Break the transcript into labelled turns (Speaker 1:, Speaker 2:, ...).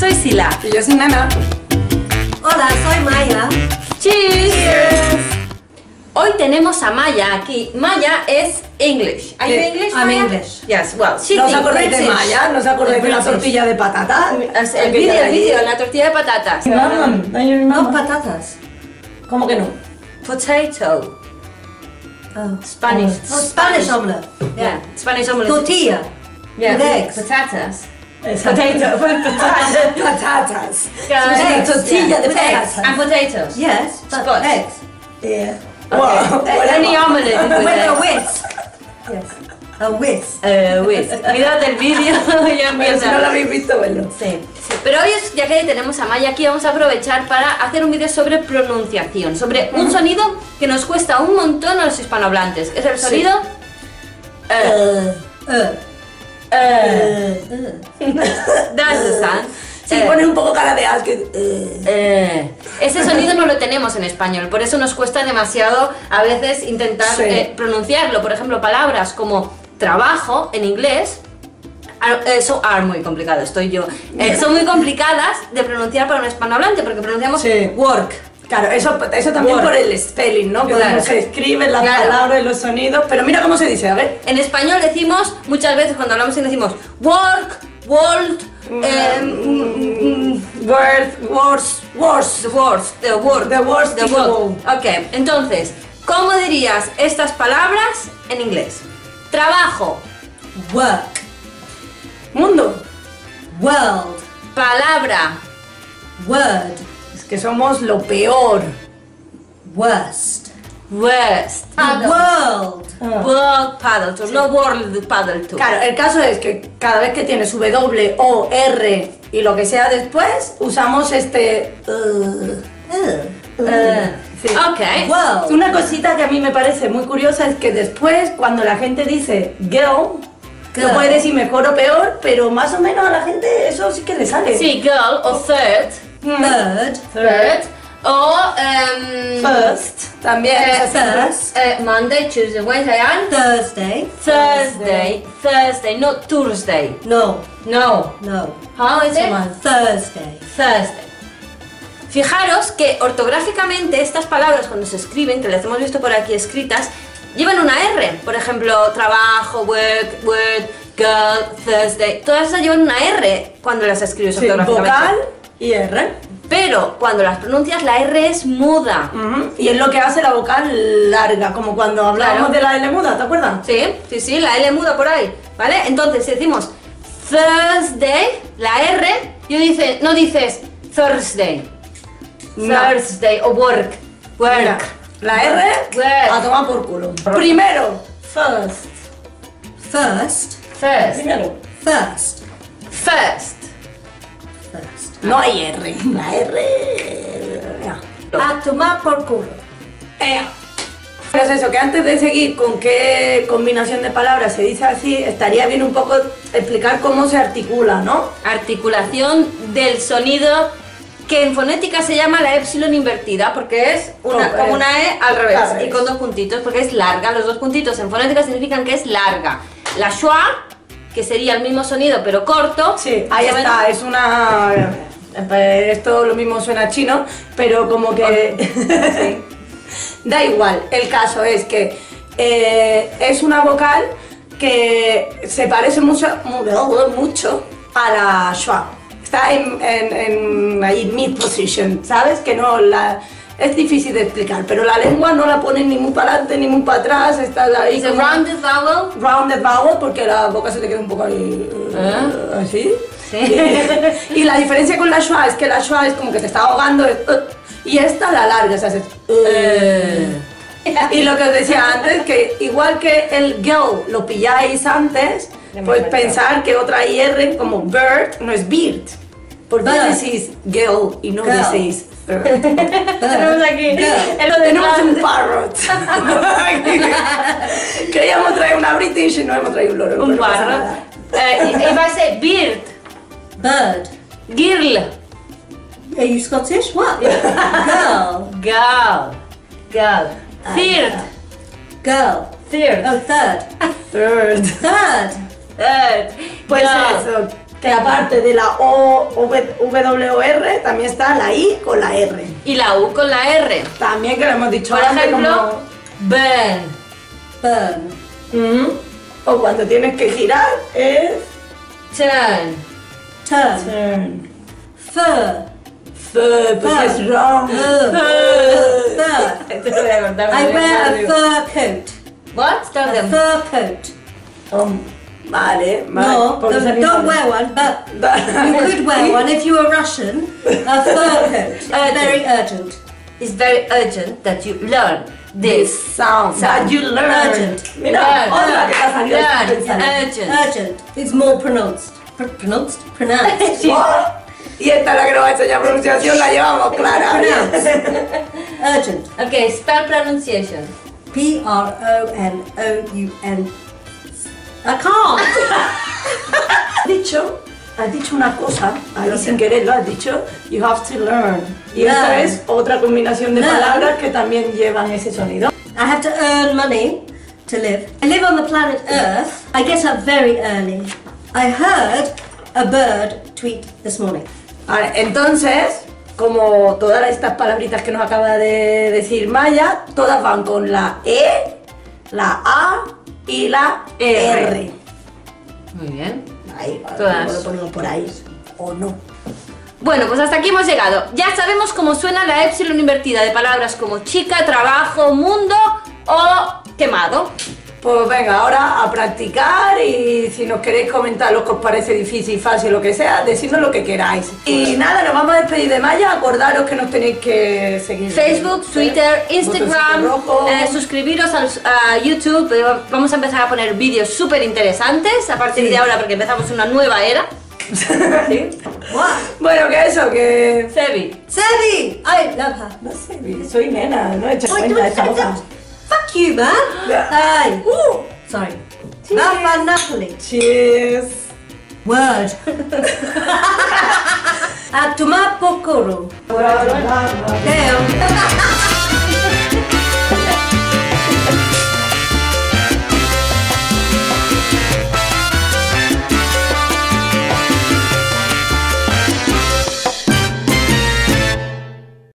Speaker 1: Priscila.
Speaker 2: Y yo soy Nana.
Speaker 3: Hola, soy Maya.
Speaker 1: Cheers. Hoy tenemos a Maya aquí. Maya es English. ¿Are you
Speaker 2: Yeah,
Speaker 1: English?
Speaker 3: I'm
Speaker 1: Maya?
Speaker 3: English.
Speaker 1: Yes, well, she
Speaker 2: ¿No os
Speaker 1: thinks
Speaker 2: acordáis de
Speaker 1: British.
Speaker 2: Maya? ¿No os acordáis de la
Speaker 3: British.
Speaker 2: tortilla de patata?
Speaker 1: As- El vídeo, el vídeo, la tortilla de patatas.
Speaker 2: Mom, no you
Speaker 3: Dos
Speaker 2: remember?
Speaker 3: patatas.
Speaker 2: ¿Cómo que no?
Speaker 1: Potato.
Speaker 3: Oh.
Speaker 1: Spanish.
Speaker 3: Oh, Spanish omelette.
Speaker 1: Yeah. Spanish omelette.
Speaker 3: Tortilla.
Speaker 1: Yeah.
Speaker 3: with eggs.
Speaker 1: Patatas.
Speaker 2: Potato. Patatas.
Speaker 3: eggs,
Speaker 2: tortilla de
Speaker 1: With eggs
Speaker 2: patatas.
Speaker 1: and potatoes.
Speaker 3: Yes, but
Speaker 1: Scotch.
Speaker 3: eggs.
Speaker 2: Yeah. Wow.
Speaker 1: Any omelette is with
Speaker 3: With a
Speaker 1: eggs.
Speaker 3: whisk. Yes. A whisk.
Speaker 1: Eh, whisk. Mirad el vídeo y ya
Speaker 2: Bueno, si
Speaker 1: empieza.
Speaker 2: no lo habéis visto, bueno.
Speaker 3: Sí.
Speaker 1: Pero hoy, es- ya que tenemos a Maya aquí, vamos a aprovechar para hacer un vídeo sobre pronunciación, sobre un sonido que nos cuesta un montón a los hispanohablantes. Es el sonido... eh,
Speaker 3: Eh,
Speaker 1: eh,
Speaker 3: eh.
Speaker 1: that's the sound.
Speaker 2: Sí,
Speaker 1: Eh,
Speaker 2: pones un poco cara de asco. eh.
Speaker 1: eh. Ese sonido no lo tenemos en español, por eso nos cuesta demasiado a veces intentar
Speaker 2: Sí.
Speaker 1: eh, pronunciarlo. Por ejemplo, palabras como trabajo en inglés Ar- eh, so- are muy complicado, estoy yo. Eh, son muy complicadas de pronunciar para un hispanohablante porque pronunciamos
Speaker 2: Sí.
Speaker 1: work.
Speaker 2: Claro, eso, eso también
Speaker 1: Word.
Speaker 2: por el spelling, ¿no? Por
Speaker 1: Claro.
Speaker 2: cómo se escriben las
Speaker 1: Claro.
Speaker 2: palabras y los sonidos. Pero mira cómo se dice, a ver.
Speaker 1: En español decimos, muchas veces cuando hablamos en decimos work, world,
Speaker 2: Mm.
Speaker 1: em,
Speaker 2: Word, words, words.
Speaker 1: the words, the world.
Speaker 2: The words in the world.
Speaker 1: Ok, entonces, ¿cómo dirías estas palabras en inglés? Trabajo,
Speaker 3: Work.
Speaker 2: Mundo.
Speaker 3: World.
Speaker 1: palabra,
Speaker 3: Word.
Speaker 2: Es que somos lo peor.
Speaker 3: Worst.
Speaker 1: worst,
Speaker 2: Ah,
Speaker 3: World.
Speaker 1: world paddle tour, no world paddle tour.
Speaker 2: Claro, el caso es que cada vez que tienes W, O, R y lo que sea después, usamos este... uh,
Speaker 3: Eh.
Speaker 1: Eh,
Speaker 2: sí.
Speaker 1: Ok,
Speaker 3: World.
Speaker 2: Una cosita que a mí me parece muy curiosa es que después, cuando la gente dice girl, no
Speaker 3: Girl.
Speaker 2: puede decir mejor o peor, pero más o menos a la gente eso sí que le sale. Mm.
Speaker 1: sí, girl o third,
Speaker 3: Third.
Speaker 1: third, o em,
Speaker 2: First, también.
Speaker 1: Eh,
Speaker 2: es así, ¿no?
Speaker 3: First.
Speaker 1: eh, Monday, Tuesday, Wednesday, and
Speaker 3: Thursday.
Speaker 1: Thursday, Thursday, not Tuesday.
Speaker 3: No.
Speaker 1: No.
Speaker 3: No.
Speaker 1: How is
Speaker 3: Come
Speaker 1: it?
Speaker 3: on. Thursday.
Speaker 1: Thursday. Fijaros que ortográficamente estas palabras cuando se escriben, que las hemos visto por aquí escritas, llevan una R. Por ejemplo, trabajo, work, word, girl, Thursday. Todas esas llevan una R cuando las escribes
Speaker 2: Sí,
Speaker 1: ortográficamente.
Speaker 2: vocal y R.
Speaker 1: Pero cuando las pronuncias la R es muda.
Speaker 2: Ujú, Y es lo que hace la vocal larga, como cuando hablábamos
Speaker 1: Claro.
Speaker 2: de la L muda, ¿te acuerdas?
Speaker 1: Sí, sí, sí, la L muda por ahí, ¿vale? Entonces, si decimos Thursday, la R, yo dice, no dices Thursday.
Speaker 2: No.
Speaker 1: Thursday o work. Work.
Speaker 2: Mira, la R
Speaker 1: Work.
Speaker 2: a tomar por culo. Primero, first.
Speaker 3: First.
Speaker 1: First.
Speaker 2: Primero.
Speaker 3: First.
Speaker 1: First.
Speaker 3: First.
Speaker 2: No hay R. La R. no.
Speaker 3: A tomar por culo.
Speaker 2: Ah, Eh, Pero es eso, que antes de seguir con qué combinación de palabras se dice así, estaría bien un poco explicar cómo se articula, ¿no?
Speaker 1: Articulación del sonido que en fonética se llama la epsilon invertida porque es una,
Speaker 2: Como
Speaker 1: como
Speaker 2: es.
Speaker 1: una E al revés,
Speaker 2: Al revés.
Speaker 1: y con dos puntitos porque es larga. Los dos puntitos en fonética significan que es larga. La schwa, que sería el mismo sonido pero corto.
Speaker 2: Sí, ahí
Speaker 1: más o
Speaker 2: está,
Speaker 1: menos-
Speaker 2: es una... eh, Esto lo mismo suena a chino, pero como que... da igual, el caso es que eh, es una vocal que se parece mucho, mu- mucho a la schwa. Está en, en, en ahí mid position, ¿sabes? Que no la... Es difícil de explicar, pero la lengua no la pone ni muy para adelante ni muy para atrás, está ahí
Speaker 1: It's a
Speaker 2: como-
Speaker 1: rounded vowel.
Speaker 2: rounded vowel porque la boca se te queda un poco ahí,
Speaker 1: Ah.
Speaker 2: eh, así.
Speaker 1: Sí.
Speaker 2: y la diferencia con la schwa es que la schwa es como que te está ahogando es, eh, y esta la larga, o sea, haces, eh. Y lo que os decía antes, que igual que el girl lo pilláis antes, pues pensar que otra IR como bird no es beard. Porque
Speaker 3: Bird.
Speaker 2: decís girl y no
Speaker 3: Girl.
Speaker 2: decís bird.
Speaker 3: Tenemos aquí.
Speaker 2: Tenemos un parrot. Queríamos traer una British y no hemos traído un loro.
Speaker 1: Un
Speaker 2: pero no pasa
Speaker 1: barro.
Speaker 2: nada.
Speaker 1: Eh, iba a ser beard,
Speaker 3: Bird.
Speaker 1: girl,
Speaker 3: Are you Scottish? What? Girl.
Speaker 1: girl, girl, third,
Speaker 3: Girl.
Speaker 1: third,
Speaker 3: Oh, third.
Speaker 2: Third.
Speaker 3: Third.
Speaker 1: third,
Speaker 2: Pues
Speaker 1: girl.
Speaker 2: eso. que aparte de la O, V, W, R, también está la I con la R.
Speaker 1: Y la U con la R.
Speaker 2: También que lo hemos dicho
Speaker 1: Por
Speaker 2: antes,
Speaker 1: ejemplo, burn.
Speaker 3: burn,
Speaker 2: como- Mm. O cuando tienes que girar es...
Speaker 1: Turn.
Speaker 3: turn,
Speaker 2: Turn.
Speaker 3: fur.
Speaker 2: Fur, porque es wrong.
Speaker 3: Fur. Fur.
Speaker 2: Esto lo voy a contar
Speaker 3: I
Speaker 2: muy bien,
Speaker 3: wear a
Speaker 2: Mario.
Speaker 3: fur coat.
Speaker 1: What? Tell
Speaker 3: A
Speaker 1: them.
Speaker 3: fur coat.
Speaker 2: Um, vale, vale.
Speaker 3: No,
Speaker 2: porque
Speaker 3: don't,
Speaker 2: son
Speaker 3: don't
Speaker 2: iguales.
Speaker 3: wear one, but you
Speaker 2: Da-
Speaker 3: could wear one if you were Russian. A fur coat. It's very urgent.
Speaker 1: It's very urgent that you learn this.
Speaker 2: sound.
Speaker 1: Sound.
Speaker 2: That you learn.
Speaker 3: Urgent.
Speaker 2: Mira,
Speaker 1: Learn.
Speaker 2: otra que te ha salido.
Speaker 1: Learn.
Speaker 2: pensando.
Speaker 1: Urgent.
Speaker 3: Urgent. It's more pronounced. Pr- pronounced? Pronounced.
Speaker 2: What? Y esta es la que nos va a enseñar pronunciación, la llevamos clara.
Speaker 3: Urgent.
Speaker 1: Okay, spell pronunciation.
Speaker 3: P R O N O U N. I can't.
Speaker 2: Has dicho, has dicho una cosa, ahí sin querer lo has dicho, you have to learn. Y esta
Speaker 3: Learn.
Speaker 2: es otra combinación de
Speaker 3: Learn.
Speaker 2: palabras que también llevan ese sonido.
Speaker 3: I have to earn money to live. I live on the planet Earth. I get up very early. I heard a bird tweet this morning.
Speaker 2: Vale, entonces, como todas estas palabritas que nos acaba de decir Maya, todas van con la E, la A y la R.
Speaker 1: R. Muy bien.
Speaker 2: Ahí,
Speaker 1: Todas.
Speaker 2: puedo ponerlo por ahí. O no.
Speaker 1: Bueno, pues hasta aquí hemos llegado. Ya sabemos cómo suena la epsilon invertida de palabras como chica, trabajo, mundo o quemado.
Speaker 2: Pues venga, ahora a practicar y si nos queréis comentar lo que os parece difícil, fácil, lo que sea, decidnos lo que queráis. Y
Speaker 1: Pues-
Speaker 2: nada, nos vamos a despedir de Maya, acordaros que nos tenéis que seguir. en
Speaker 1: Facebook, Twitter, Instagram,
Speaker 2: botoncito rojo.
Speaker 1: eh, suscribiros al- a, YouTube. eh, Vamos a empezar a poner vídeos súper interesantes a partir de ahora porque empezamos una nueva era.
Speaker 2: Sí. Bueno, que eso, que...
Speaker 1: Cebi.
Speaker 3: Sandy! I love her. Oh,
Speaker 2: No sé, soy nena, no he hecho
Speaker 3: Ay,
Speaker 2: cuenta de esta
Speaker 3: no,
Speaker 2: boca.
Speaker 3: Fuck you, man! Aye. Sorry. Bye Napoli.
Speaker 2: Cheers.
Speaker 3: Word. A tomar por culo. Damn.